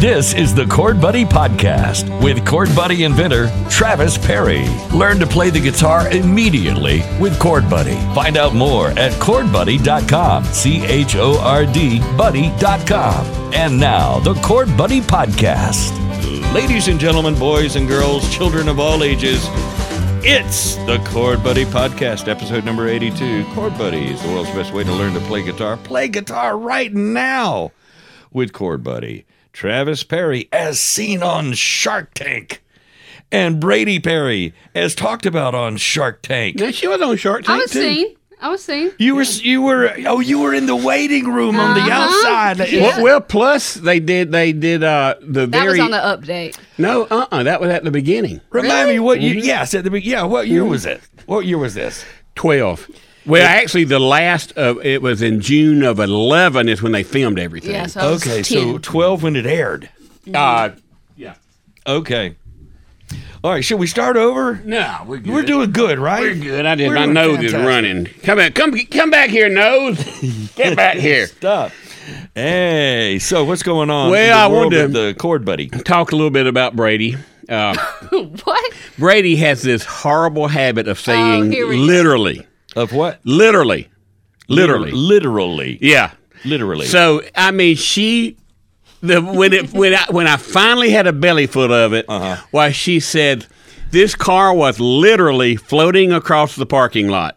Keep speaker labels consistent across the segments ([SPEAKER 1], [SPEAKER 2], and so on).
[SPEAKER 1] This is the Chord Buddy Podcast with Chord Buddy inventor Travis Perry. Learn to play the guitar immediately with Chord Buddy. Find out more at chordbuddy.com. C H O R D buddy.com. And now, the Chord Buddy Podcast.
[SPEAKER 2] Ladies and gentlemen, boys and girls, children of all ages, it's the Chord Buddy Podcast, episode number 82. Chord Buddy is the world's best way to learn to play guitar. Play guitar right now with Chord Buddy. Travis Perry, as seen on Shark Tank, and Brady Perry, as talked about on Shark Tank.
[SPEAKER 3] Yeah, she was on Shark Tank
[SPEAKER 4] I was
[SPEAKER 3] too.
[SPEAKER 4] seen. I was seen.
[SPEAKER 2] You were, you were, oh, you were in the waiting room on the
[SPEAKER 4] Uh-huh.
[SPEAKER 2] outside.
[SPEAKER 4] Yeah.
[SPEAKER 3] Well, well, plus they did they did uh the
[SPEAKER 4] That
[SPEAKER 3] very
[SPEAKER 4] was on the update.
[SPEAKER 3] no uh uh that was at the beginning
[SPEAKER 2] Remind me what you, yes, at the, be- yeah, what year was it? What year was this?
[SPEAKER 3] twelve. Well, actually, the last of it was in June of eleven is when they filmed everything.
[SPEAKER 4] Yeah, so I was
[SPEAKER 2] Okay,
[SPEAKER 4] 10.
[SPEAKER 2] so 12 when it aired.
[SPEAKER 3] Uh, yeah.
[SPEAKER 2] Okay. All right, should we start over?
[SPEAKER 3] No, we're good.
[SPEAKER 2] We're doing good, right?
[SPEAKER 3] We're good. I did.
[SPEAKER 2] We're
[SPEAKER 3] My
[SPEAKER 2] doing
[SPEAKER 3] nose is
[SPEAKER 2] fantastic.
[SPEAKER 3] running. Come in. Come come back here, nose. Get back here.
[SPEAKER 2] Stop. Hey, so what's going on?
[SPEAKER 3] Well,
[SPEAKER 2] in the
[SPEAKER 3] I
[SPEAKER 2] world
[SPEAKER 3] wanted
[SPEAKER 2] of
[SPEAKER 3] to-
[SPEAKER 2] the chord buddy.
[SPEAKER 3] Talk a little bit about Brady. Uh,
[SPEAKER 4] what?
[SPEAKER 3] Brady has this horrible habit of saying
[SPEAKER 4] Oh, here we go.
[SPEAKER 3] literally,
[SPEAKER 2] Of what?
[SPEAKER 3] literally, literally.
[SPEAKER 2] Literally.
[SPEAKER 3] Yeah.
[SPEAKER 2] Literally.
[SPEAKER 3] So I mean, she the when it when I when I finally had a belly full of it, why she said this car was literally floating across the parking lot.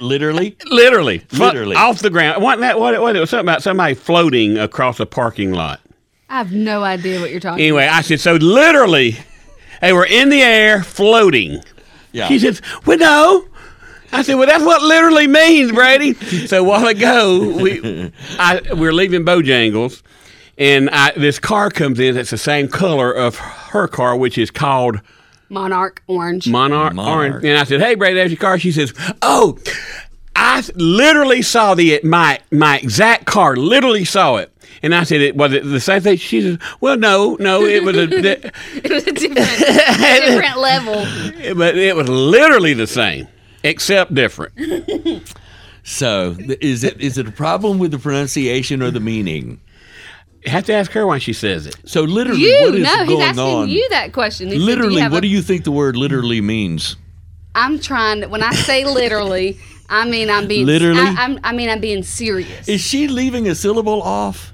[SPEAKER 2] literally.
[SPEAKER 3] Literally, flo-
[SPEAKER 2] Literally.
[SPEAKER 3] off the ground. Wasn't that what it was? It was something about somebody floating across a parking lot.
[SPEAKER 4] I have no idea what you're talking.
[SPEAKER 3] Anyway, I said so. Literally, they were in the air floating.
[SPEAKER 2] Yeah.
[SPEAKER 3] She says, "Well, no." I said, "Well, that's what literally means, Brady." so a while ago, we I, we're leaving Bojangles, and I, this car comes in that's the same color of her car, which is called
[SPEAKER 4] Monarch orange.
[SPEAKER 3] Monarch,
[SPEAKER 2] Monarch.
[SPEAKER 3] Orange. And I said, "Hey, Brady, there's your car." She says, "Oh." I s- literally saw the my my exact car. Literally saw it, and I said, "It was it the same thing." She says, "Well, no, no, it was a, di-
[SPEAKER 4] it was a different, different level.
[SPEAKER 3] but it was literally the same, except different."
[SPEAKER 2] So th- is it is it a problem with the pronunciation or the meaning?
[SPEAKER 3] You have to ask her why she says it.
[SPEAKER 2] So literally,
[SPEAKER 4] You
[SPEAKER 2] what is
[SPEAKER 4] no, he's
[SPEAKER 2] going
[SPEAKER 4] asking
[SPEAKER 2] on?
[SPEAKER 4] you that question. He said,
[SPEAKER 2] Literally,
[SPEAKER 4] have
[SPEAKER 2] what do
[SPEAKER 4] a-
[SPEAKER 2] you think the word literally means?
[SPEAKER 4] I'm trying. to- When I say literally, I mean I'm being
[SPEAKER 2] Literally?
[SPEAKER 4] I, I'm, I mean I'm being serious.
[SPEAKER 2] Is she leaving a syllable off?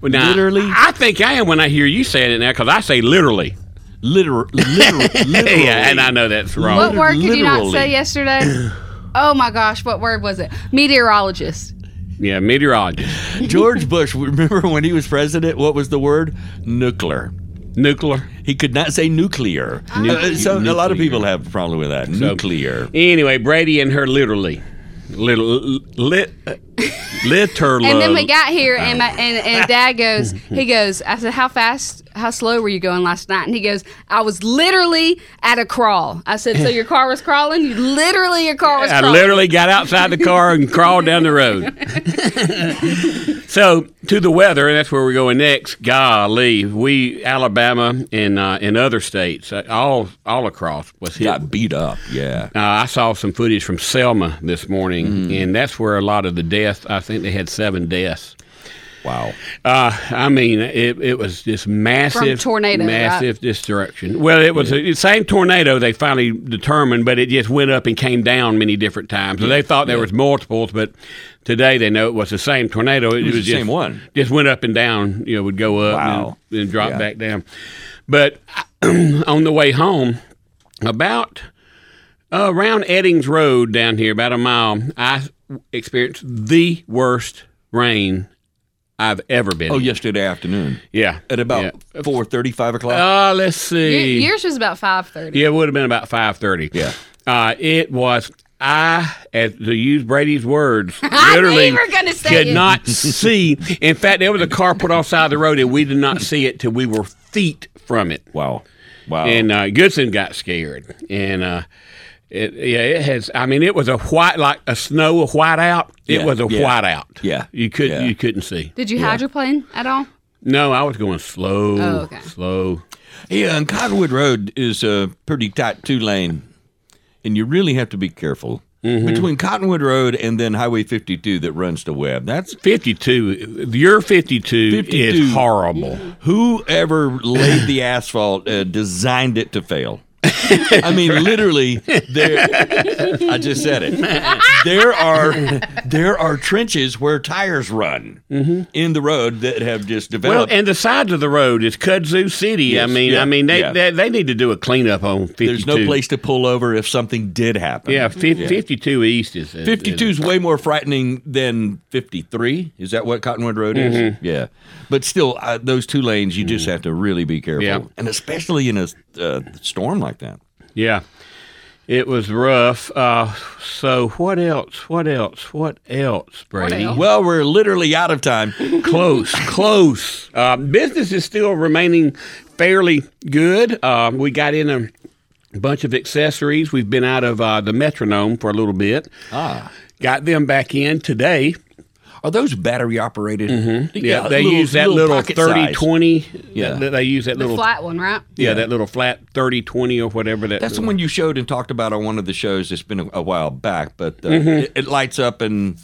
[SPEAKER 3] Well, now,
[SPEAKER 2] Literally?
[SPEAKER 3] I think I am when I hear you saying it now because I say literally.
[SPEAKER 2] Liter- liter- literally.
[SPEAKER 3] Yeah, and I know that's wrong.
[SPEAKER 4] what word could you not
[SPEAKER 2] literally.
[SPEAKER 4] say yesterday? oh my gosh, what word was it? Meteorologist.
[SPEAKER 3] Yeah, meteorologist,
[SPEAKER 2] George Bush, remember when he was president? What was the word? Nuclear.
[SPEAKER 3] nuclear.
[SPEAKER 2] He could not say nuclear.
[SPEAKER 3] Ah.
[SPEAKER 2] Uh, so a lot of people have a problem with that. Nuclear.
[SPEAKER 3] Anyway, Brady and her literally, little lit, literally.
[SPEAKER 4] And then we got here, and my, and, and Dad goes, he goes, I said, how fast, how slow were you going last night? And he goes, I was literally at a crawl. I said, so your car was crawling? You literally, your car was
[SPEAKER 3] I
[SPEAKER 4] crawling.
[SPEAKER 3] literally got outside the car and crawled down the road. so to the weather, and that's where we're going next. Golly, we Alabama and uh, and other states, uh, all all across, was hit
[SPEAKER 2] Got beat up. Yeah.
[SPEAKER 3] Uh, I saw some footage from Selma this morning,
[SPEAKER 2] Mm-hmm.
[SPEAKER 3] and that's where a lot of the deaths. I think they had seven deaths.
[SPEAKER 2] Wow.
[SPEAKER 3] Uh, I mean, it, it was this massive
[SPEAKER 4] tornado, right?
[SPEAKER 3] massive destruction. Well, it was the same tornado they finally determined, but it just went up and came down many different times. So they thought there was multiples, but today they know it was the same tornado. It,
[SPEAKER 2] was the
[SPEAKER 3] just,
[SPEAKER 2] same one.
[SPEAKER 3] Just went up and down. You know, would go up
[SPEAKER 2] Wow.
[SPEAKER 3] and, and drop
[SPEAKER 2] Yeah.
[SPEAKER 3] back down. But on the way home, about uh, around Eddings Road down here, about a mile, I experienced the worst rain I've ever been.
[SPEAKER 2] Oh,
[SPEAKER 3] in.
[SPEAKER 2] yesterday afternoon
[SPEAKER 3] yeah.
[SPEAKER 2] at about
[SPEAKER 3] Yeah.
[SPEAKER 2] four thirty, five o'clock.
[SPEAKER 3] Uh, let's
[SPEAKER 4] Y-
[SPEAKER 3] see.
[SPEAKER 4] Yours was about 5.30.
[SPEAKER 3] yeah, it would have been about five thirty.
[SPEAKER 2] Yeah.
[SPEAKER 3] Uh, it was. I, as to use Brady's words,
[SPEAKER 4] I knew
[SPEAKER 3] literally
[SPEAKER 4] you were gonna say
[SPEAKER 3] could
[SPEAKER 4] it.
[SPEAKER 3] not see. In fact, there was a car put off side of the road, and we did not see it till we were feet from it.
[SPEAKER 2] wow. Wow.
[SPEAKER 3] and uh, Goodson got scared, and uh, it, yeah, it has. I mean, it was a white like a snow a white out. It
[SPEAKER 2] Yeah,
[SPEAKER 3] was a
[SPEAKER 2] yeah,
[SPEAKER 3] white out.
[SPEAKER 2] yeah,
[SPEAKER 3] you could
[SPEAKER 2] yeah.
[SPEAKER 3] you couldn't see.
[SPEAKER 4] Did you hydroplane at all?
[SPEAKER 3] No, I was going slow,
[SPEAKER 4] Oh, okay.
[SPEAKER 3] slow.
[SPEAKER 2] yeah, and Cottonwood Road is a pretty tight two lane, and you really have to be careful.
[SPEAKER 3] Mm-hmm.
[SPEAKER 2] between Cottonwood Road and then Highway 52 that runs to Webb. That's
[SPEAKER 3] 52. Your 52,
[SPEAKER 2] 52.
[SPEAKER 3] is horrible.
[SPEAKER 2] whoever laid the asphalt uh, designed it to fail. I mean, literally, there. I just said it. There are there are trenches where tires run in the road that have just
[SPEAKER 3] Mm-hmm. Well,
[SPEAKER 2] developed.
[SPEAKER 3] and the sides of the road is Kudzu City. I
[SPEAKER 2] Yes,
[SPEAKER 3] mean,
[SPEAKER 2] yeah,
[SPEAKER 3] I mean, they,
[SPEAKER 2] yeah.
[SPEAKER 3] they they need to do a cleanup on 52.
[SPEAKER 2] There's no place to pull over if something did happen.
[SPEAKER 3] Yeah, 50, 52 East is, is
[SPEAKER 2] 52 is way more frightening than 53. Is that what Cottonwood Road is?
[SPEAKER 3] Mm-hmm.
[SPEAKER 2] Yeah. But still, uh, those two lanes, you just have to really be careful.
[SPEAKER 3] Mm. Yeah.
[SPEAKER 2] And especially in a uh, storm like that.
[SPEAKER 3] Yeah. It was rough. Uh, so what else? What else? What else, Brady?
[SPEAKER 4] else?
[SPEAKER 2] Well, we're literally out of time.
[SPEAKER 3] Close, close. Uh, business is still remaining fairly good. Uh, we got in a bunch of accessories. We've been out of uh, the metronome for a little bit. Ah. Got them back in today.
[SPEAKER 2] Are those battery operated?
[SPEAKER 3] Mm-hmm.
[SPEAKER 2] uh,
[SPEAKER 3] Yeah, they use that little,
[SPEAKER 2] pocket
[SPEAKER 3] thirty
[SPEAKER 2] size.
[SPEAKER 3] twenty. 30 20.
[SPEAKER 2] Yeah.
[SPEAKER 3] That, they use that
[SPEAKER 4] The
[SPEAKER 3] little
[SPEAKER 4] flat one, right?
[SPEAKER 3] yeah, that little flat 30 20 or whatever that
[SPEAKER 2] That's the one you showed and talked about on one of the shows. It's been a, a while back, but uh,
[SPEAKER 3] Mm-hmm.
[SPEAKER 2] it, it lights up and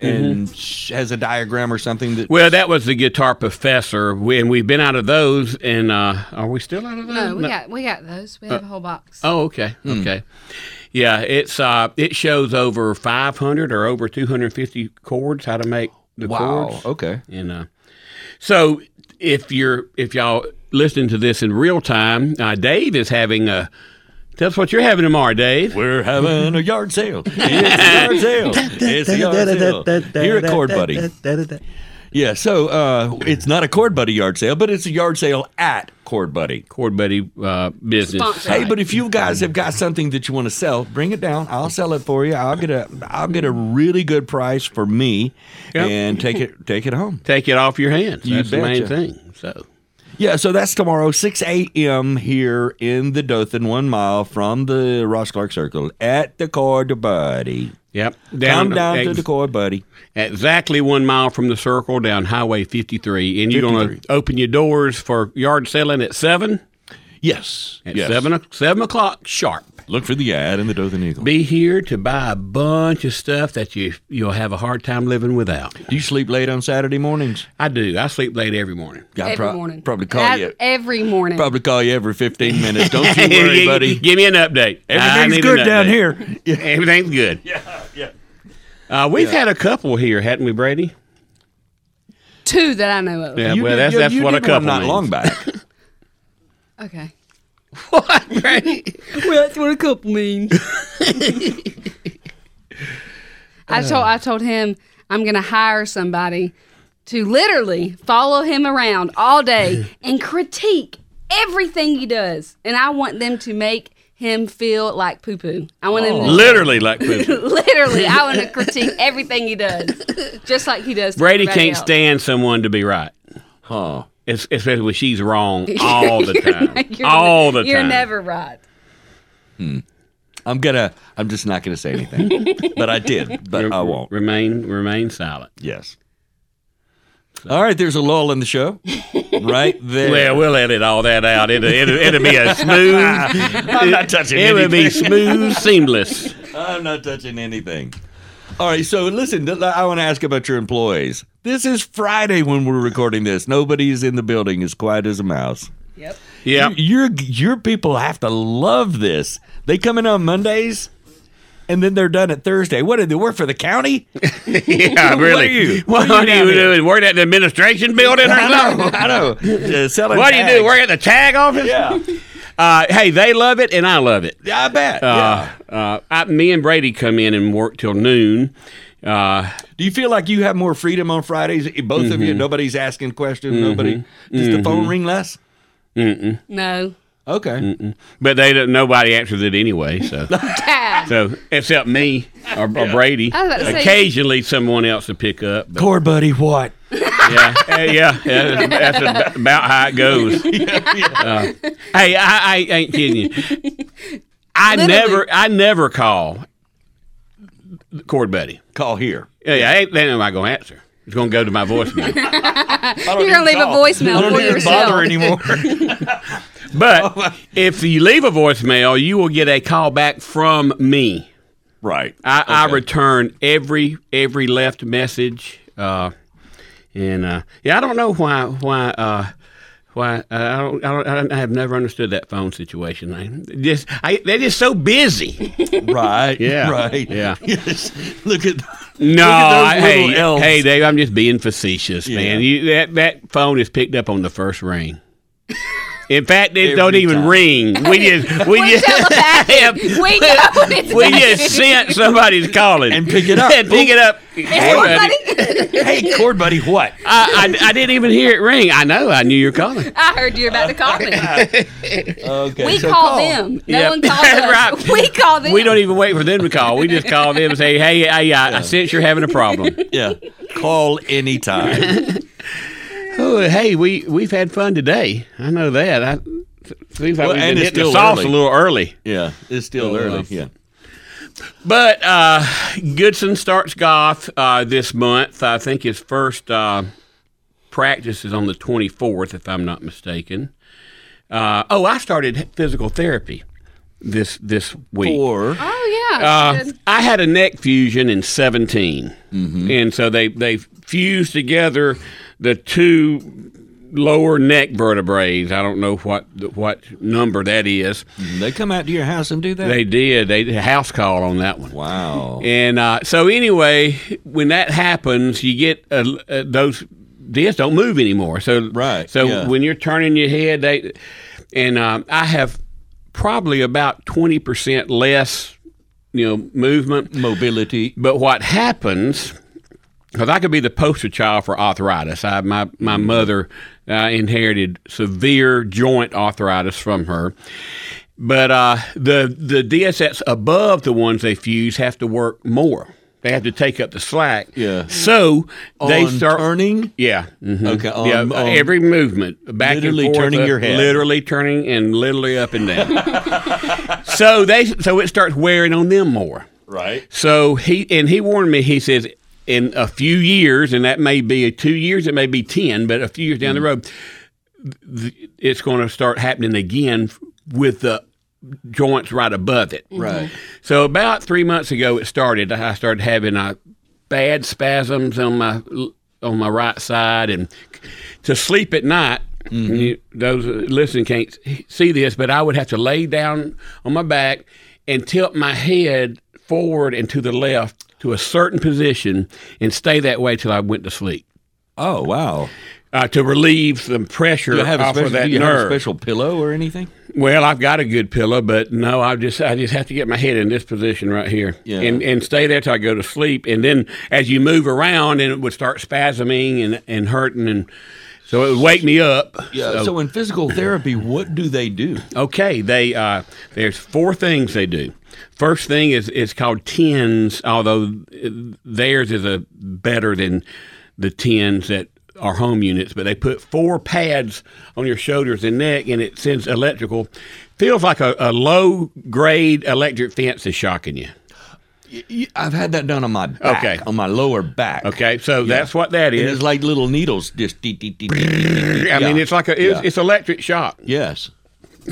[SPEAKER 2] and sh has a diagram or something that.
[SPEAKER 3] Well, that was the guitar professor, we, and we've been out of those. And uh, are we still out of those?
[SPEAKER 4] No, we got we got those. We have a whole box.
[SPEAKER 3] Oh, okay,
[SPEAKER 2] Hmm.
[SPEAKER 3] okay. Yeah, it's uh, it shows over 500 or over 250 chords how to make the
[SPEAKER 2] wow.
[SPEAKER 3] chords.
[SPEAKER 2] Okay.
[SPEAKER 3] And uh, so if you're if y'all listening to this in real time, uh, Dave is having a. Tell us what you're having tomorrow, Dave.
[SPEAKER 2] We're having a yard sale. It's a yard sale. It's a yard sale. Here at Chord Buddy. Yeah, so uh, it's not a Chord Buddy yard sale, but it's a yard sale at Chord Buddy.
[SPEAKER 3] Chord buddy uh, business.
[SPEAKER 4] Sponsor.
[SPEAKER 2] Hey, but if you guys have got something that you want to sell, bring it down. I'll sell it for you. I'll get a I'll get a really good price for me,
[SPEAKER 3] Yep.
[SPEAKER 2] and take it take it home.
[SPEAKER 3] Take it off your hands.
[SPEAKER 2] You
[SPEAKER 3] That's the main
[SPEAKER 2] betcha.
[SPEAKER 3] thing. So
[SPEAKER 2] Yeah, so that's tomorrow, six a.m. here in the Dothan, one mile from the Ross Clark Circle at the Chord Buddy.
[SPEAKER 3] yep.
[SPEAKER 2] Come down to
[SPEAKER 3] ex-
[SPEAKER 2] the Chord Buddy.
[SPEAKER 3] exactly one mile from the circle down Highway 53. And you're going to open your doors for yard selling at 7?
[SPEAKER 2] Yes,
[SPEAKER 3] At
[SPEAKER 2] yes.
[SPEAKER 3] 7, o- 7 o'clock sharp.
[SPEAKER 2] Look for the ad in the Dothan Eagle.
[SPEAKER 3] Be here to buy a bunch of stuff that you, you'll have a hard time living without.
[SPEAKER 2] Do you sleep late on Saturday mornings?
[SPEAKER 3] I do. I sleep late every morning.
[SPEAKER 2] I
[SPEAKER 4] every
[SPEAKER 2] prob-
[SPEAKER 4] morning.
[SPEAKER 2] Probably call
[SPEAKER 4] That-
[SPEAKER 2] you.
[SPEAKER 4] every morning.
[SPEAKER 2] Probably call you every fifteen minutes. Don't you worry, buddy.
[SPEAKER 3] Give me an update. I
[SPEAKER 2] Everything's
[SPEAKER 3] need
[SPEAKER 2] good
[SPEAKER 3] an
[SPEAKER 2] down
[SPEAKER 3] update.
[SPEAKER 2] here.
[SPEAKER 3] Everything's good. Yeah, yeah. Uh, we've had a couple here, hadn't we, Brady?
[SPEAKER 4] Two that I know of.
[SPEAKER 3] Yeah,
[SPEAKER 2] You
[SPEAKER 3] well,
[SPEAKER 2] did-
[SPEAKER 3] that's,
[SPEAKER 2] you-
[SPEAKER 3] that's
[SPEAKER 2] you
[SPEAKER 3] what a
[SPEAKER 2] did one
[SPEAKER 3] couple
[SPEAKER 2] not
[SPEAKER 3] means.
[SPEAKER 2] long back.
[SPEAKER 4] Okay.
[SPEAKER 3] What, Brady?
[SPEAKER 4] Well, that's what a couple means. I told I told him I'm gonna hire somebody to literally follow him around all day and critique everything he does, and I want them to make him feel like poo poo. I want them
[SPEAKER 3] Oh. Literally like pooping.
[SPEAKER 4] to, literally. I want to critique everything he does, just like he does. to
[SPEAKER 3] Brady
[SPEAKER 4] everybody
[SPEAKER 3] can't
[SPEAKER 4] else.
[SPEAKER 3] stand someone to be right.
[SPEAKER 2] Huh.
[SPEAKER 3] Es- Especially when she's wrong all the time.
[SPEAKER 4] You're-
[SPEAKER 3] all the
[SPEAKER 4] You're
[SPEAKER 3] time.
[SPEAKER 4] never right.
[SPEAKER 2] I'm gonna. I'm just not gonna say anything. but I did. But I won't.
[SPEAKER 3] Remain remain silent.
[SPEAKER 2] Yes. All right. There's a lull in the show, right there.
[SPEAKER 3] Well, we'll edit all that out. It'll, it'll, it'll be a smooth. I'm
[SPEAKER 2] not touching
[SPEAKER 3] It will be smooth, seamless.
[SPEAKER 2] I'm not touching anything. All right. So listen. th- I want to ask about your employees. This is Friday when we're recording this. Nobody's in the building. As quiet as a mouse.
[SPEAKER 4] Yep.
[SPEAKER 3] Yeah.
[SPEAKER 2] Your your people have to love this. They come in on Mondays, and then they're done at Thursday. What did they work for the county?
[SPEAKER 3] Yeah,
[SPEAKER 2] What are
[SPEAKER 3] really.
[SPEAKER 2] you-
[SPEAKER 3] What,
[SPEAKER 2] what are you
[SPEAKER 3] do
[SPEAKER 2] down
[SPEAKER 3] you
[SPEAKER 2] here?
[SPEAKER 3] do? Work at the administration building or something?
[SPEAKER 2] I know. Uh, selling
[SPEAKER 3] What do you
[SPEAKER 2] tags.
[SPEAKER 3] do? Work at the tag office?
[SPEAKER 2] Yeah.
[SPEAKER 3] Uh, hey, they love it and I love it.
[SPEAKER 2] Yeah, I bet.
[SPEAKER 3] Uh, uh, I, me and Brady come in and work till noon. Uh,
[SPEAKER 2] yeah. Do you feel like you have more freedom on Fridays? Both of you, nobody's asking questions. Nobody. Does the phone ring less?
[SPEAKER 4] No.
[SPEAKER 2] Okay.
[SPEAKER 3] But they don't, nobody answers it anyway. So,
[SPEAKER 4] Dad.
[SPEAKER 3] so except me or, or Brady.
[SPEAKER 4] I was about to say-
[SPEAKER 3] Occasionally, someone else will pick up. But
[SPEAKER 2] Core buddy, what?
[SPEAKER 3] yeah, eh, yeah, yeah, that's, that's about how it goes. Uh, hey, I, I ain't kidding you. I
[SPEAKER 4] Literally.
[SPEAKER 3] never, I never call the cord buddy.
[SPEAKER 2] Call here.
[SPEAKER 3] Yeah, yeah, ain't, they ain't nobody gonna answer. It's gonna go to my voicemail.
[SPEAKER 4] You're gonna leave a voicemail
[SPEAKER 2] I don't
[SPEAKER 4] for
[SPEAKER 2] even
[SPEAKER 4] Oh, yourself.
[SPEAKER 2] bother anymore.
[SPEAKER 3] But if you leave a voicemail, you will get a call back from me.
[SPEAKER 2] Right.
[SPEAKER 3] I, I
[SPEAKER 2] Okay.
[SPEAKER 3] return every every left message, uh, and uh, yeah, I don't know why why uh, why uh, I, don't, I don't I don't- I have never understood that phone situation. I, just I, they're just so busy.
[SPEAKER 2] Right.
[SPEAKER 3] Yeah.
[SPEAKER 2] Right.
[SPEAKER 3] Yeah.
[SPEAKER 2] Yes. Look at.
[SPEAKER 3] No,
[SPEAKER 2] Look
[SPEAKER 3] I,
[SPEAKER 2] at those little
[SPEAKER 3] hey
[SPEAKER 2] elves.
[SPEAKER 3] hey Dave, I'm just being facetious,
[SPEAKER 2] Yeah.
[SPEAKER 3] man. You, that that phone is picked up on the first ring. In fact, it don't
[SPEAKER 2] Every
[SPEAKER 3] even
[SPEAKER 2] time.
[SPEAKER 3] ring. We just we
[SPEAKER 4] We
[SPEAKER 3] just
[SPEAKER 4] telepathic. we know when it's
[SPEAKER 3] we
[SPEAKER 4] bad.
[SPEAKER 3] just sense somebody's calling
[SPEAKER 2] And pick it up.
[SPEAKER 3] and pick it up. Hey,
[SPEAKER 4] Poor
[SPEAKER 3] buddy.
[SPEAKER 4] buddy.
[SPEAKER 2] Hey, cord buddy, what?
[SPEAKER 3] I, I, I didn't even hear it ring. I know. I knew you were calling.
[SPEAKER 4] I heard you were about to call me.
[SPEAKER 2] Okay.
[SPEAKER 4] We
[SPEAKER 2] so
[SPEAKER 4] call, them. No
[SPEAKER 3] Yeah.
[SPEAKER 4] one calls us.
[SPEAKER 3] Right.
[SPEAKER 4] We call them.
[SPEAKER 3] We don't e- even wait for them to call. We just call them and say, "Hey, I, I, I sense you're having a problem.
[SPEAKER 2] Yeah. Call anytime.
[SPEAKER 3] oh, hey, we we've had fun today. I know that. I, seems like
[SPEAKER 2] Well,
[SPEAKER 3] we've
[SPEAKER 2] and
[SPEAKER 3] been
[SPEAKER 2] it's
[SPEAKER 3] hitting the
[SPEAKER 2] still
[SPEAKER 3] sauce
[SPEAKER 2] early.
[SPEAKER 3] a little early.
[SPEAKER 2] yeah. It's still
[SPEAKER 3] Oh,
[SPEAKER 2] early.
[SPEAKER 3] uh,
[SPEAKER 2] Yeah.
[SPEAKER 3] But uh, Goodson starts golf uh, this month. I think his first uh, practice is on the 24th, if I'm not mistaken. Uh, oh, I started physical therapy this this week.
[SPEAKER 2] Or
[SPEAKER 4] Oh yeah.
[SPEAKER 3] Uh,
[SPEAKER 4] Good.
[SPEAKER 3] I had a neck fusion in 17. And so they, they fused together the two lower neck vertebrae. I don't know what what number that is.
[SPEAKER 2] they come out to your house and do that.
[SPEAKER 3] They did. They did a house call on that one.
[SPEAKER 2] wow.
[SPEAKER 3] And uh, so anyway, when that happens, you get uh, uh, those discs don't move anymore. So
[SPEAKER 2] Right,
[SPEAKER 3] So
[SPEAKER 2] yeah.
[SPEAKER 3] when you're turning your head, they and um, I have probably about twenty percent less, you know, movement.
[SPEAKER 2] Mobility.
[SPEAKER 3] But what happens? Because I could be the poster child for arthritis. I, my my
[SPEAKER 2] Mm-hmm.
[SPEAKER 3] mother uh, inherited severe joint arthritis from her, but uh, the the DSS above the ones they fuse have to work more. They have to take up the slack.
[SPEAKER 2] Yeah.
[SPEAKER 3] So they
[SPEAKER 2] On
[SPEAKER 3] start
[SPEAKER 2] turning.
[SPEAKER 3] Yeah. mhm.
[SPEAKER 2] Okay, on-
[SPEAKER 3] yeah.
[SPEAKER 2] on-
[SPEAKER 3] every movement, back
[SPEAKER 2] Literally
[SPEAKER 3] and forth,
[SPEAKER 2] turning
[SPEAKER 3] uh,
[SPEAKER 2] your head.
[SPEAKER 3] literally turning and literally up and down. so they so it starts wearing on them more.
[SPEAKER 2] Right.
[SPEAKER 3] So he and he warned me. He says in a few years, and that may be two years, it may be ten, but a few years
[SPEAKER 2] Mm.
[SPEAKER 3] down the road, th- it's going to start happening again with the joints right above it.
[SPEAKER 2] Mm-hmm. Right.
[SPEAKER 3] So about three months ago, it started. I started having uh, bad spasms on my on my right side, and to sleep at night.
[SPEAKER 2] Mm-hmm.
[SPEAKER 3] You, those listening can't see this, but I would have to lay down on my back and tilt my head forward and to the left to a certain position and stay that way till I went to sleep
[SPEAKER 2] Oh wow.
[SPEAKER 3] uh, to relieve the pressure
[SPEAKER 2] Do you have a
[SPEAKER 3] off
[SPEAKER 2] special,
[SPEAKER 3] of that
[SPEAKER 2] do you have a
[SPEAKER 3] nerve.
[SPEAKER 2] special pillow or anything?
[SPEAKER 3] Well, I've got a good pillow, but no, I just I just have to get my head in this position right here
[SPEAKER 2] Yeah.
[SPEAKER 3] and and stay there till I go to sleep. And then as you move around, and it would start spasming and and hurting, and so it would wake me up.
[SPEAKER 2] So, in physical therapy, what do they do?
[SPEAKER 3] Okay, they uh, there's four things they do. First thing is is called tens, although uh, theirs is a better than the tens that are home units. But they put four pads on your shoulders and neck, and it sends electrical. Feels like a, a low grade electric fence is shocking you.
[SPEAKER 2] Y- y- I've had that done on my back,
[SPEAKER 3] Okay.
[SPEAKER 2] on my lower back.
[SPEAKER 3] Okay, so that's what that
[SPEAKER 2] And
[SPEAKER 3] is.
[SPEAKER 2] it's like little needles just. dee, dee, dee, dee, dee, dee.
[SPEAKER 3] I mean,
[SPEAKER 2] yeah,
[SPEAKER 3] it's like a it's,
[SPEAKER 2] yeah.
[SPEAKER 3] it's electric shock.
[SPEAKER 2] Yes.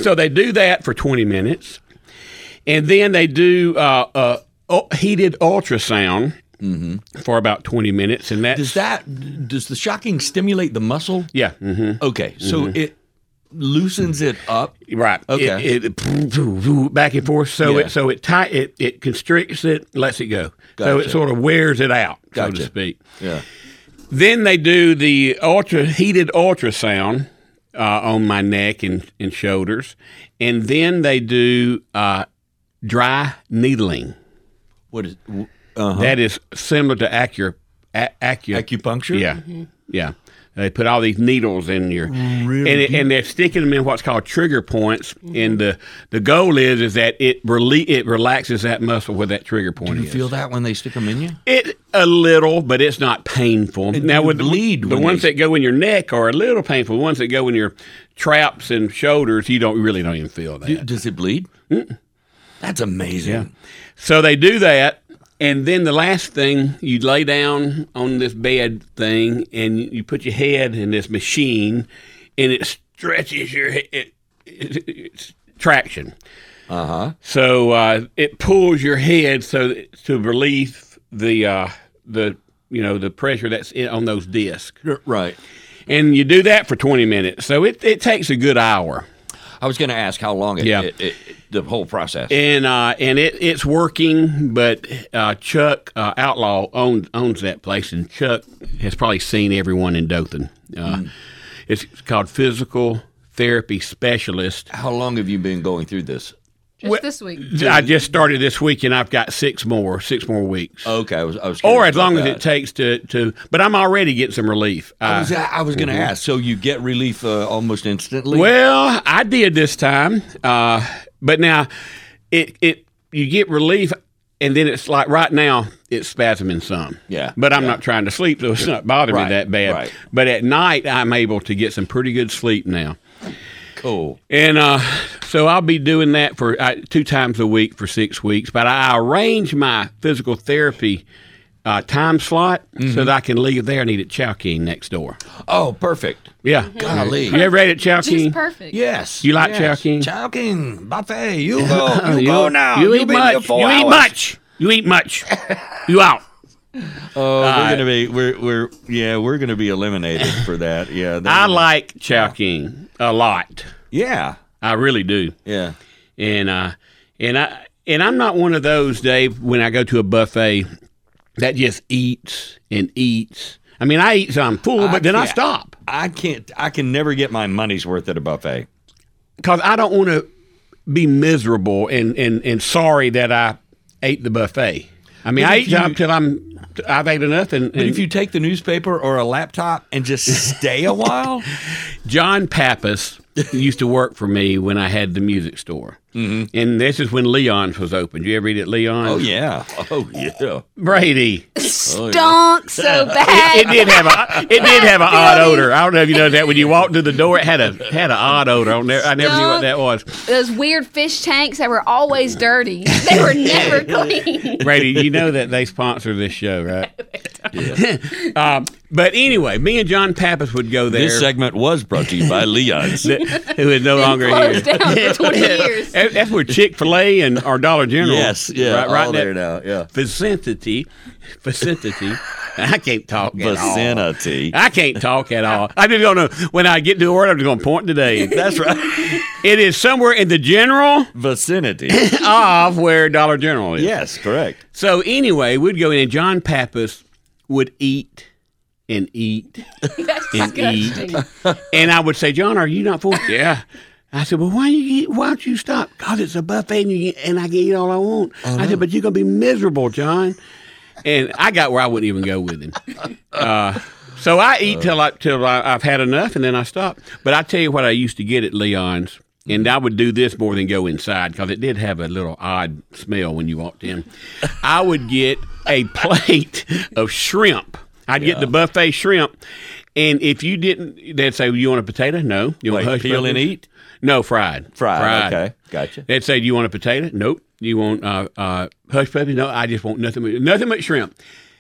[SPEAKER 3] So they do that for 20 minutes, and then they do uh, uh, u- heated ultrasound for about 20 minutes, and that's
[SPEAKER 2] Mm-hmm. Does that does the shocking stimulate the muscle?
[SPEAKER 3] yeah, hmm
[SPEAKER 2] Okay, so it loosens it up.
[SPEAKER 3] right.
[SPEAKER 2] Okay.
[SPEAKER 3] It, it- back and forth. So
[SPEAKER 2] Yeah.
[SPEAKER 3] it so it tight it it constricts it, lets it go. So
[SPEAKER 2] Gotcha.
[SPEAKER 3] it sort of wears it out, so
[SPEAKER 2] Gotcha.
[SPEAKER 3] to speak.
[SPEAKER 2] Yeah.
[SPEAKER 3] Then they do the ultra heated ultrasound uh, on my neck and, and shoulders, and then they do uh, dry needling.
[SPEAKER 2] What is uh
[SPEAKER 3] That is similar to acu, a, acu,
[SPEAKER 2] acupuncture?
[SPEAKER 3] Yeah, yeah. They put all these needles in your, and
[SPEAKER 2] Oh, Really Mm-hmm.
[SPEAKER 3] it, and they're sticking them in what's called trigger points. And the the goal is is that it rele- it relaxes that muscle where that trigger point
[SPEAKER 2] You
[SPEAKER 3] is.
[SPEAKER 2] feel that when they stick them in you?
[SPEAKER 3] It a little, but it's not painful. now
[SPEAKER 2] you
[SPEAKER 3] with the-
[SPEAKER 2] bleed
[SPEAKER 3] the,
[SPEAKER 2] when
[SPEAKER 3] ones
[SPEAKER 2] they-
[SPEAKER 3] that go in your neck are a little painful. The ones that go in your traps and shoulders, you don't really don't even feel that.
[SPEAKER 2] Does it bleed? Mm. That's amazing.
[SPEAKER 3] So they do that, and then the last thing you lay down on this bed thing, and you put your head in this machine, and it stretches your he- it, it, it's traction. Uh-huh. So uh, it pulls your head so that, to relieve the uh, the you know the pressure that's in, on those discs,
[SPEAKER 2] Right.
[SPEAKER 3] and you do that for twenty minutes. So it, it takes a good hour.
[SPEAKER 2] I was going to ask how long it,
[SPEAKER 3] Yeah.
[SPEAKER 2] it, it, the whole process.
[SPEAKER 3] and uh, and it, it's working. But uh, Chuck uh, Outlaw owns owns that place, and Chuck has probably seen everyone in Dothan. Uh,
[SPEAKER 2] Hmm.
[SPEAKER 3] It's called Physical Therapy Specialist.
[SPEAKER 2] how long have you been going through this?
[SPEAKER 4] Just this week.
[SPEAKER 3] I just started this week, and I've got six more six more weeks,
[SPEAKER 2] Okay, I was. I was
[SPEAKER 3] or
[SPEAKER 2] curious
[SPEAKER 3] as long
[SPEAKER 2] about
[SPEAKER 3] as it takes to to. But I'm already getting some relief.
[SPEAKER 2] that. I
[SPEAKER 3] Uh,
[SPEAKER 2] was, I was going to ask. So you get relief uh, almost instantly.
[SPEAKER 3] Well, I did this time, uh, but now it it you get relief, and then it's like right now it's spasming some.
[SPEAKER 2] Yeah,
[SPEAKER 3] but I'm not trying to sleep, so it's not bothering
[SPEAKER 2] Right,
[SPEAKER 3] me that bad.
[SPEAKER 2] right.
[SPEAKER 3] But at night, I'm able to get some pretty good sleep now,
[SPEAKER 2] cool.
[SPEAKER 3] and uh, so I'll be doing that for uh, two times a week for six weeks. But I arrange my physical therapy. Uh, time slot
[SPEAKER 2] Mm-hmm.
[SPEAKER 3] so that I can leave there and eat at Chowking next door.
[SPEAKER 2] Oh, perfect.
[SPEAKER 3] Yeah,
[SPEAKER 2] Golly.
[SPEAKER 3] you ever ate at
[SPEAKER 4] She's
[SPEAKER 3] Chowking?
[SPEAKER 4] perfect.
[SPEAKER 2] Yes.
[SPEAKER 3] You like
[SPEAKER 2] yes.
[SPEAKER 3] Chowking?
[SPEAKER 2] Chowking, buffet. You go. You,
[SPEAKER 3] You-
[SPEAKER 2] go now.
[SPEAKER 3] You
[SPEAKER 2] You've
[SPEAKER 3] eat
[SPEAKER 2] been here
[SPEAKER 3] much.
[SPEAKER 2] four
[SPEAKER 3] You eat
[SPEAKER 2] hours.
[SPEAKER 3] much. You eat much. You out.
[SPEAKER 2] Oh, we're gonna be. We're we're yeah. We're gonna be eliminated for that. Yeah. that-
[SPEAKER 3] I like Chowking a lot.
[SPEAKER 2] Yeah.
[SPEAKER 3] I really do.
[SPEAKER 2] Yeah.
[SPEAKER 3] And uh, and I and I'm not one of those Dave when I go to a buffet that just eats and eats. I mean, I eat so I'm full, but then I
[SPEAKER 2] can't-
[SPEAKER 3] stop
[SPEAKER 2] I can't. I can never get my money's worth at a buffet.
[SPEAKER 3] because I don't want to be miserable and, and and sorry that I ate the buffet. I mean, I
[SPEAKER 2] if
[SPEAKER 3] eat
[SPEAKER 2] you-
[SPEAKER 3] until I'm I've ate enough. And,
[SPEAKER 2] But
[SPEAKER 3] and
[SPEAKER 2] if you take the newspaper or a laptop and just stay a while,
[SPEAKER 3] John Pappas used to work for me when I had the music store. Mm-hmm. And this is when Leon's was open. Did you ever eat at Leon's?
[SPEAKER 2] oh yeah, oh yeah.
[SPEAKER 3] Brady.
[SPEAKER 2] Oh,
[SPEAKER 4] Stunk so bad.
[SPEAKER 3] It did have a it did have an odd odor. I don't know if you know that. When you walked to the door, it had a had an odd odor. I never, I never knew what that was.
[SPEAKER 4] Those weird fish tanks that were always dirty. They were never clean.
[SPEAKER 3] Brady, you know that they sponsor this show, right? um, but anyway, me and John Pappas would go there.
[SPEAKER 2] This segment was brought to you by Leon's.
[SPEAKER 3] who is no longer here.
[SPEAKER 4] Closed down for 20 years.
[SPEAKER 3] That- That's where Chick Fil A and our Dollar General.
[SPEAKER 2] yes, yeah,
[SPEAKER 3] right, right
[SPEAKER 2] all
[SPEAKER 3] in that
[SPEAKER 2] there now. Yeah,
[SPEAKER 3] vicinity, vicinity. I can't talk at all.
[SPEAKER 2] vicinity.
[SPEAKER 3] I can't talk at all. I'm just gonna when I get to the word, I'm just gonna point today.
[SPEAKER 2] That's right,
[SPEAKER 3] It is somewhere in the general
[SPEAKER 2] vicinity.
[SPEAKER 3] of where Dollar General is.
[SPEAKER 2] Yes, correct.
[SPEAKER 3] So anyway, we'd go in and John Pappas would eat and eat
[SPEAKER 4] That's
[SPEAKER 3] and eat.
[SPEAKER 4] disgusting.
[SPEAKER 3] And I would say, John, are you not full? yeah. I said, well, why you eat, why don't you stop? Cause it's a buffet and, you, and I can eat all I want. I said, but you're gonna be miserable, John. And I got where I wouldn't even go with him. Uh, so I eat till I till I, I've had enough, and then I stop. But I tell you what, I used to get at Leon's, and I would do this more than go inside because it did have a little odd smell when you walked in. I would get a plate of shrimp. I'd get the buffet shrimp, and if you didn't, they'd say, "You want a potato? No. You want
[SPEAKER 2] Wait,
[SPEAKER 3] hush
[SPEAKER 2] peel and
[SPEAKER 3] puppies?
[SPEAKER 2] eat?
[SPEAKER 3] No, fried.
[SPEAKER 2] Fried, okay. Gotcha.
[SPEAKER 3] They'd say, "Do you want a potato? Nope. Do you want uh, uh, hush puppies? No, I just want nothing but nothing but shrimp."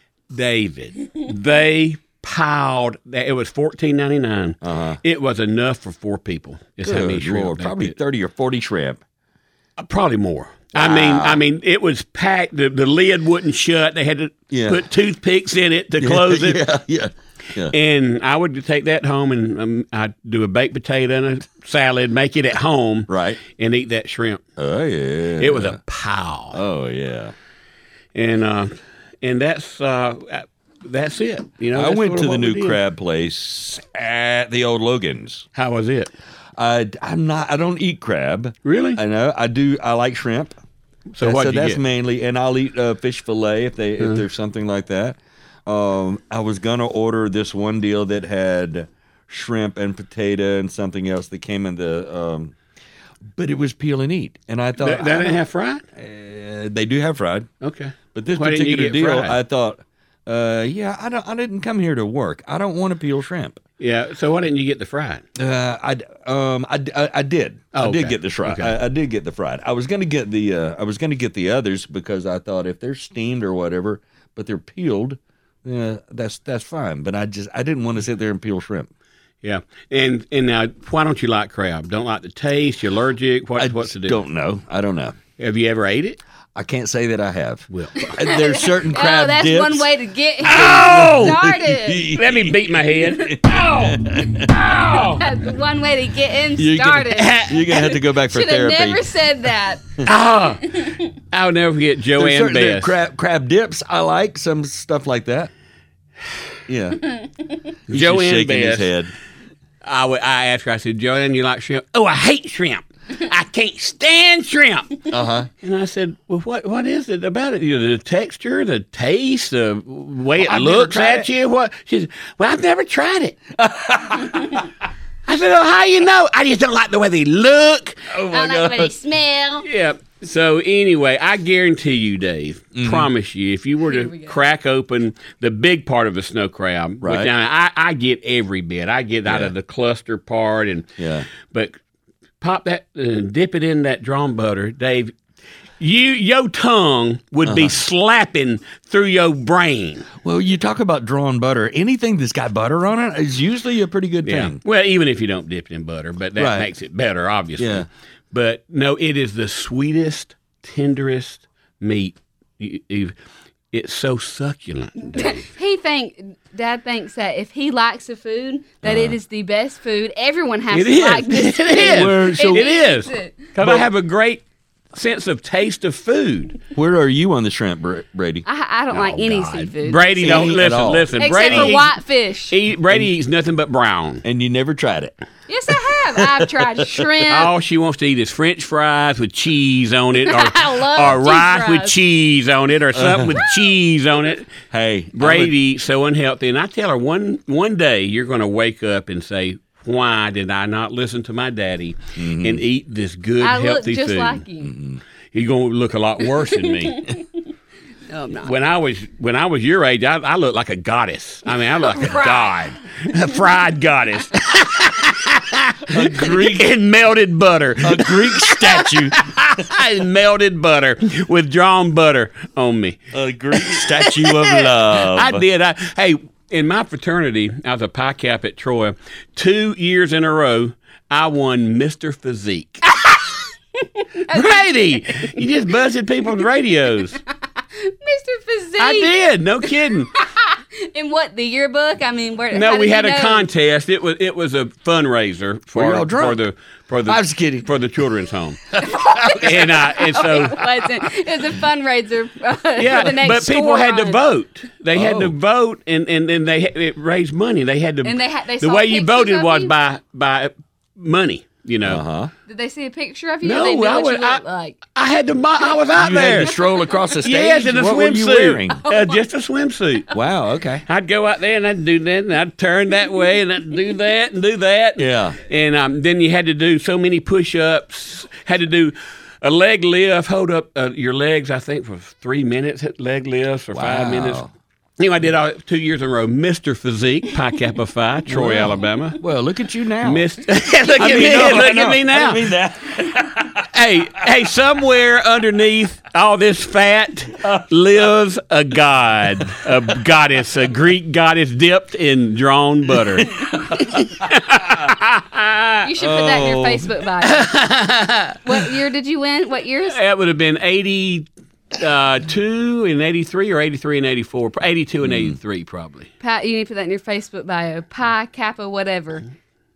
[SPEAKER 3] David, they piled. That it was fourteen ninety nine. Uh-huh. It was enough for four people. Is how many
[SPEAKER 2] Good
[SPEAKER 3] shrimp
[SPEAKER 2] Lord,
[SPEAKER 3] they
[SPEAKER 2] probably
[SPEAKER 3] did.
[SPEAKER 2] thirty or forty shrimp.
[SPEAKER 3] Uh, probably more. I mean, I mean, it was packed. The, the lid wouldn't shut. They had to
[SPEAKER 2] Yeah.
[SPEAKER 3] put toothpicks in it to close it.
[SPEAKER 2] Yeah, yeah, yeah.
[SPEAKER 3] And I would take that home and um, I'd do a baked potato and a salad, make it at home,
[SPEAKER 2] Right.
[SPEAKER 3] and eat that shrimp.
[SPEAKER 2] Oh yeah.
[SPEAKER 3] It was a pile,
[SPEAKER 2] Oh yeah.
[SPEAKER 3] and uh, and that's uh, uh, that's it. You know,
[SPEAKER 2] I
[SPEAKER 3] that's
[SPEAKER 2] went
[SPEAKER 3] sort
[SPEAKER 2] to
[SPEAKER 3] of
[SPEAKER 2] the
[SPEAKER 3] what we
[SPEAKER 2] new
[SPEAKER 3] did.
[SPEAKER 2] crab place at the old Logan's.
[SPEAKER 3] How was it?
[SPEAKER 2] I, I'm not. I don't eat crab.
[SPEAKER 3] Really?
[SPEAKER 2] I know. I do. I like shrimp.
[SPEAKER 3] So
[SPEAKER 2] That- so
[SPEAKER 3] what'd you
[SPEAKER 2] that's
[SPEAKER 3] get? Uh-huh.
[SPEAKER 2] mainly, and I'll eat uh, fish fillet if they if there's something like that. Um, I was gonna order this one deal that had shrimp and potato and something else that came in the, um, but it was peel and eat, and I thought
[SPEAKER 3] That, that didn't have fried.
[SPEAKER 2] uh, they do have fried,
[SPEAKER 3] Okay,
[SPEAKER 2] but this
[SPEAKER 3] Why didn't you
[SPEAKER 2] particular
[SPEAKER 3] get
[SPEAKER 2] deal,
[SPEAKER 3] fried?
[SPEAKER 2] I thought, uh, yeah, I don't, I didn't come here to work. I don't want to peel shrimp.
[SPEAKER 3] yeah. So why didn't you get the fried?
[SPEAKER 2] Uh, I d- um I, d- I- I did
[SPEAKER 3] Oh,
[SPEAKER 2] I did
[SPEAKER 3] okay.
[SPEAKER 2] get the fried
[SPEAKER 3] Okay.
[SPEAKER 2] I, I did get the fried I was gonna get the uh, I was gonna get the others because I thought if they're steamed or whatever but they're peeled uh, that's that's fine but I just I didn't want to sit there and peel shrimp
[SPEAKER 3] Yeah, and and now, why don't you like crab? Don't like the taste? You're allergic? What,
[SPEAKER 2] I
[SPEAKER 3] what's the deal?
[SPEAKER 2] don't know. I don't know.
[SPEAKER 3] Have you ever ate it?
[SPEAKER 2] I can't say that I have. Uh,
[SPEAKER 3] Well.
[SPEAKER 2] There's certain crab
[SPEAKER 4] Oh, that's
[SPEAKER 2] dips.
[SPEAKER 4] one way to get him
[SPEAKER 3] Oh!
[SPEAKER 4] started.
[SPEAKER 3] Let me beat my head. Ow! Ow!
[SPEAKER 4] That's one way to get him
[SPEAKER 2] You're
[SPEAKER 4] started.
[SPEAKER 2] gonna, you're gonna have to go back for
[SPEAKER 4] Should have
[SPEAKER 2] therapy.
[SPEAKER 4] never said that.
[SPEAKER 3] Ah! I'll never forget
[SPEAKER 2] There's
[SPEAKER 3] Joanne
[SPEAKER 2] certain
[SPEAKER 3] Best.
[SPEAKER 2] crab crab dips I like. Some stuff like that. Yeah. He's just
[SPEAKER 3] Joanne
[SPEAKER 2] shaking his
[SPEAKER 3] Best.
[SPEAKER 2] head.
[SPEAKER 3] I, w- I asked her, I said, Joanne, you like shrimp? Oh, I hate shrimp. I can't stand shrimp.
[SPEAKER 2] Uh huh.
[SPEAKER 3] And I said, Well, what what is it about it? You know, the texture, the taste, the way it
[SPEAKER 2] I've never
[SPEAKER 3] looks
[SPEAKER 2] tried
[SPEAKER 3] at you? What? She said, Well, I've never tried it. I said, Oh, how you know? I just don't like the way they look.
[SPEAKER 2] Oh my
[SPEAKER 4] I don't like
[SPEAKER 2] god.
[SPEAKER 4] the way they smell.
[SPEAKER 3] Yeah. So anyway, I guarantee you, Dave,
[SPEAKER 2] Mm-hmm.
[SPEAKER 3] promise you, if you were to crack open the big part of a snow crab,
[SPEAKER 2] Right.
[SPEAKER 3] which I, I, I get every bit. I get out of the cluster part and
[SPEAKER 2] Yeah.
[SPEAKER 3] but pop that uh, dip it in that drawn butter, Dave. You your tongue would
[SPEAKER 2] Uh-huh.
[SPEAKER 3] be slapping through your brain.
[SPEAKER 2] Well, you talk about drawn butter. Anything that's got butter on it is usually a pretty good thing.
[SPEAKER 3] Well, even if you don't dip it in butter, but that
[SPEAKER 2] Right.
[SPEAKER 3] makes it better, obviously.
[SPEAKER 2] Yeah.
[SPEAKER 3] But no, it is the sweetest, tenderest meat. You- you- it's so succulent. Dave.
[SPEAKER 4] He think Dad thinks that if he likes the food, that it is the best food. Everyone has
[SPEAKER 3] Uh-huh. it
[SPEAKER 4] to
[SPEAKER 3] is.
[SPEAKER 4] like this.
[SPEAKER 3] It is.
[SPEAKER 2] Where- so-
[SPEAKER 3] it is.
[SPEAKER 4] It-
[SPEAKER 3] Because I have a great sense of taste of food.
[SPEAKER 2] Where are you on the shrimp, Br- Brady?
[SPEAKER 4] I, I
[SPEAKER 3] Oh
[SPEAKER 4] don't like any seafood.
[SPEAKER 3] Brady, don't
[SPEAKER 2] at
[SPEAKER 3] listen.
[SPEAKER 2] all.
[SPEAKER 3] Listen,
[SPEAKER 4] Except
[SPEAKER 3] Brady.
[SPEAKER 4] for
[SPEAKER 3] eats-
[SPEAKER 4] whitefish.
[SPEAKER 3] He, Brady eats nothing but brown.
[SPEAKER 2] And you never tried it.
[SPEAKER 4] Yes, I have. I've tried shrimp.
[SPEAKER 3] All she wants to eat is French fries with cheese on it, or,
[SPEAKER 4] I love
[SPEAKER 3] or
[SPEAKER 4] cheese
[SPEAKER 3] rice with
[SPEAKER 4] fries.
[SPEAKER 3] cheese on it, or something with cheese on it.
[SPEAKER 2] Hey, I'm a-
[SPEAKER 3] Brady eats so unhealthy, and I tell her one one day you're going to wake up and say, "Why did I not listen to my daddy and eat this good
[SPEAKER 4] I look
[SPEAKER 3] healthy
[SPEAKER 4] just
[SPEAKER 3] food?" Mm-hmm.
[SPEAKER 4] like you.
[SPEAKER 3] He's going to look a lot worse than me. When I was when I was your age, I, I looked like a goddess. I mean, I looked like a god, a fried goddess. in melted butter,
[SPEAKER 2] a Greek statue,
[SPEAKER 3] in melted butter with drawn butter on me.
[SPEAKER 2] a Greek statue of love.
[SPEAKER 3] I did. I hey, in my fraternity, I was a pie cap at Troy. Two years in a row, I won Mister Physique. Brady, you just busted people's radios.
[SPEAKER 4] Mr. Physique.
[SPEAKER 3] I did. No kidding.
[SPEAKER 4] In what the yearbook? I mean, where? how
[SPEAKER 3] No,
[SPEAKER 4] did
[SPEAKER 3] we
[SPEAKER 4] you
[SPEAKER 3] had a
[SPEAKER 4] know?
[SPEAKER 3] contest. It was it was a fundraiser
[SPEAKER 2] Were
[SPEAKER 3] for
[SPEAKER 2] y'all drunk?
[SPEAKER 3] for the for the
[SPEAKER 2] I was kidding.
[SPEAKER 3] for the children's home. and uh, and so
[SPEAKER 4] Wasn't it was a fundraiser? uh,
[SPEAKER 3] yeah,
[SPEAKER 4] for the next
[SPEAKER 3] but people
[SPEAKER 4] store
[SPEAKER 3] had to
[SPEAKER 4] run.
[SPEAKER 3] vote. They had to
[SPEAKER 2] Oh.
[SPEAKER 3] vote, and and then they it raised money. They had to.
[SPEAKER 4] And they had- they
[SPEAKER 3] the
[SPEAKER 4] saw
[SPEAKER 3] way you
[SPEAKER 4] pictures
[SPEAKER 3] voted
[SPEAKER 4] of
[SPEAKER 3] was
[SPEAKER 4] you?
[SPEAKER 3] by by money. You know,
[SPEAKER 2] Uh-huh.
[SPEAKER 4] Did they see a picture of you?
[SPEAKER 3] No,
[SPEAKER 4] they knew
[SPEAKER 3] I
[SPEAKER 4] what
[SPEAKER 3] would-
[SPEAKER 4] you looked
[SPEAKER 3] I-
[SPEAKER 4] like.
[SPEAKER 3] I had to. mo- I was out
[SPEAKER 2] You
[SPEAKER 3] there.
[SPEAKER 2] had to stroll across the stage.
[SPEAKER 3] yes, in a
[SPEAKER 2] what were you wearing?
[SPEAKER 3] swimsuit. Uh, just a swimsuit.
[SPEAKER 2] Wow. Okay.
[SPEAKER 3] I'd go out there and I'd do that and I'd turn that way and I'd do that and do that.
[SPEAKER 2] Yeah.
[SPEAKER 3] And um, then you had to do so many push ups, had to do a leg lift, hold up uh, your legs, I think, for three minutes, hit leg lifts for five
[SPEAKER 2] Wow.
[SPEAKER 3] minutes. Anyway, I did all two years in a row. Mr. Physique, Pi Kappa Phi, Troy, Alabama.
[SPEAKER 2] Well, look at you now.
[SPEAKER 3] Mr. look at me,
[SPEAKER 2] no, I
[SPEAKER 3] look
[SPEAKER 2] know.
[SPEAKER 3] at me
[SPEAKER 2] I
[SPEAKER 3] now
[SPEAKER 2] didn't mean that.
[SPEAKER 3] hey, hey, somewhere underneath all this fat lives a god, a goddess, a Greek goddess dipped in drawn butter.
[SPEAKER 4] You should put that in your Facebook bio. what year did you win? What years?
[SPEAKER 3] that would have been 82 and 83 or 83 and 84, 82
[SPEAKER 2] Hmm.
[SPEAKER 3] and 83 probably.
[SPEAKER 4] Pi, you need to put that in your Facebook bio. Pi Kappa whatever.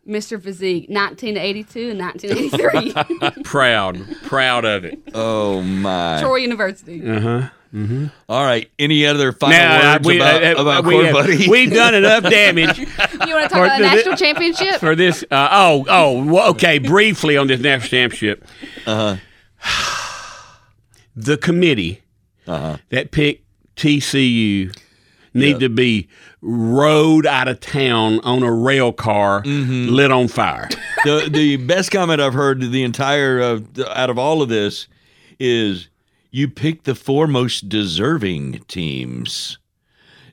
[SPEAKER 4] Mr. Physique, 1982 and 1983,
[SPEAKER 3] Proud, proud of it.
[SPEAKER 2] Oh my.
[SPEAKER 4] Troy University.
[SPEAKER 2] All right. Any other final
[SPEAKER 3] Now,
[SPEAKER 2] words about,
[SPEAKER 3] uh,
[SPEAKER 2] about
[SPEAKER 3] we
[SPEAKER 2] Core
[SPEAKER 3] have-
[SPEAKER 2] Buddy?
[SPEAKER 3] we've done enough damage.
[SPEAKER 4] You want to
[SPEAKER 3] Or
[SPEAKER 4] talk about a
[SPEAKER 3] did it-
[SPEAKER 4] national championship?
[SPEAKER 3] for this. Uh, oh, oh, well, okay. Briefly on this national championship, uh-huh. the committee that picked TCU need to be rode out of town on a rail car lit on fire.
[SPEAKER 2] the the best comment I've heard the entire uh, out of all of this is you picked the four most deserving teams.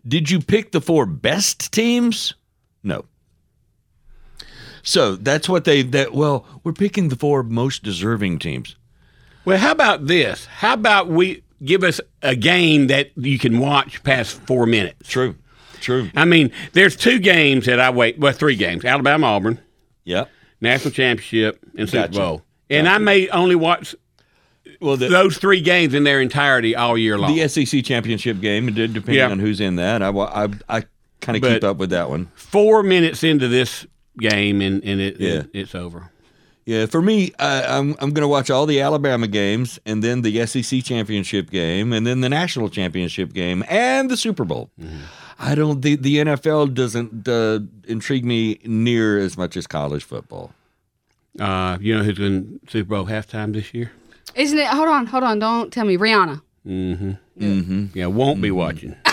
[SPEAKER 2] Did you pick the four best teams? No. So that's what they that well we're picking the four most deserving teams.
[SPEAKER 3] well, how about this? How about we give us a game that you can watch past four minutes?
[SPEAKER 2] True. True.
[SPEAKER 3] I mean, there's two games that I wait. Well, three games: Alabama, Auburn,
[SPEAKER 2] Yep.
[SPEAKER 3] national championship, and Super
[SPEAKER 2] Gotcha.
[SPEAKER 3] Bowl. And I may only watch
[SPEAKER 2] Well, the,
[SPEAKER 3] those three games in their entirety all year long.
[SPEAKER 2] the SEC championship game, it did depending
[SPEAKER 3] Yeah.
[SPEAKER 2] on who's in that. I wa- I, I kind of keep
[SPEAKER 3] But-
[SPEAKER 2] up with that one.
[SPEAKER 3] Four minutes into this game, and, and it,
[SPEAKER 2] Yeah.
[SPEAKER 3] it- it's over.
[SPEAKER 2] Yeah, for me, I, I'm I'm going to watch all the Alabama games, and then the SEC championship game, and then the national championship game, and the Super Bowl. I don't the the NFL doesn't uh, intrigue me near as much as college football.
[SPEAKER 3] Uh, you know who's in Super Bowl halftime this year?
[SPEAKER 4] Isn't it? Hold on, hold on. Don't tell me Rihanna.
[SPEAKER 3] Yeah, won't
[SPEAKER 2] Mm-hmm.
[SPEAKER 3] be watching.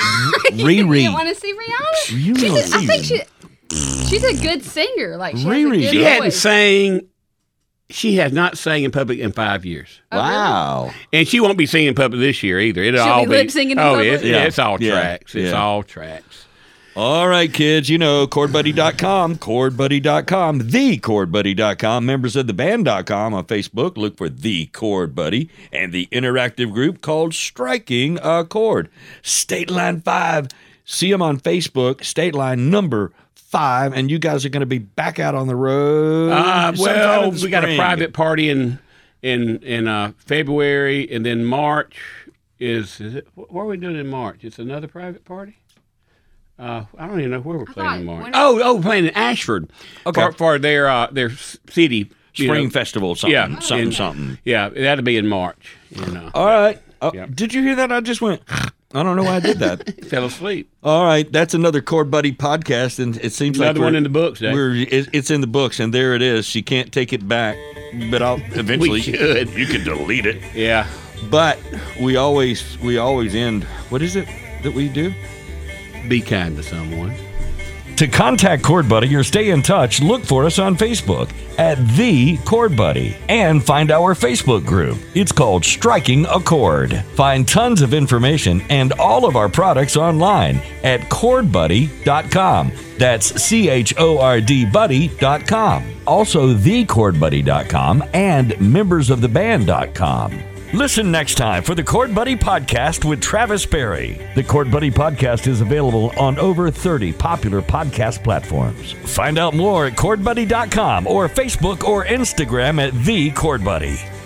[SPEAKER 4] You
[SPEAKER 2] Riri,
[SPEAKER 4] don't want to see Rihanna?
[SPEAKER 2] You
[SPEAKER 4] She's
[SPEAKER 2] don't
[SPEAKER 4] a, I think
[SPEAKER 2] even-
[SPEAKER 4] she, she's a good singer. Like she
[SPEAKER 2] Riri.
[SPEAKER 4] has a
[SPEAKER 3] She
[SPEAKER 4] good
[SPEAKER 3] hadn't
[SPEAKER 4] voice.
[SPEAKER 3] sang. She has not sang in public in five years,
[SPEAKER 2] wow,
[SPEAKER 3] and she won't be singing in public this year either. It'll
[SPEAKER 4] She'll
[SPEAKER 3] all
[SPEAKER 4] be
[SPEAKER 3] be
[SPEAKER 4] lip-syncing in
[SPEAKER 3] Oh,
[SPEAKER 4] public?
[SPEAKER 3] It's,
[SPEAKER 2] Yeah.
[SPEAKER 3] it's all
[SPEAKER 2] Yeah.
[SPEAKER 3] tracks. It's
[SPEAKER 2] Yeah.
[SPEAKER 3] all tracks.
[SPEAKER 2] All right, kids, you know, chordbuddy.com, chordbuddy.com, thechordbuddy.com, members of the band.com on Facebook, look for The Chord Buddy, and the interactive group called Striking a Chord. State Line 5, see them on Facebook, State Line number 5, and you guys are going to be back out on the road.
[SPEAKER 3] Uh,
[SPEAKER 2] sometime
[SPEAKER 3] well,
[SPEAKER 2] in the
[SPEAKER 3] we got a
[SPEAKER 2] spring.
[SPEAKER 3] private party in in in uh, February, and then March is is it? What are we doing in March? It's another private party. Uh, I don't even know where we're playing in
[SPEAKER 4] thought
[SPEAKER 3] March.
[SPEAKER 4] when-
[SPEAKER 3] Oh, oh, playing in Ashford.
[SPEAKER 2] Okay.
[SPEAKER 3] for, for their uh, their s- city you
[SPEAKER 2] spring
[SPEAKER 3] know.
[SPEAKER 2] festival, something,
[SPEAKER 3] Yeah.
[SPEAKER 2] something,
[SPEAKER 3] And-
[SPEAKER 2] something.
[SPEAKER 3] Yeah, that'll be in March. And uh,
[SPEAKER 2] All right. Uh,
[SPEAKER 3] Yeah.
[SPEAKER 2] Did you hear that? I just went, I don't know why I did that.
[SPEAKER 3] fell asleep.
[SPEAKER 2] All right, that's another Chord Buddy podcast, and it seems like
[SPEAKER 3] Another
[SPEAKER 2] we're-
[SPEAKER 3] one in the books, Dave.
[SPEAKER 2] We're it, it's in the books, and there it is. She can't take it back, but I'll eventually.
[SPEAKER 3] We should.
[SPEAKER 2] You can delete it,
[SPEAKER 3] Yeah.
[SPEAKER 2] but we always we always end. What is it that we do?
[SPEAKER 3] Be kind to someone.
[SPEAKER 1] To contact Chord Buddy or stay in touch, look for us on Facebook at The Chord Buddy and find our Facebook group. It's called Striking a Chord. Find tons of information and all of our products online at chordbuddy.com. That's C H O R D buddy.com. Also, thechordbuddy.com and membersoftheband.com. Listen next time for the Chord Buddy Podcast with Travis Berry. The Chord Buddy Podcast is available on over 30 popular podcast platforms. Find out more at chordbuddy.com or Facebook or Instagram at The Chord Buddy.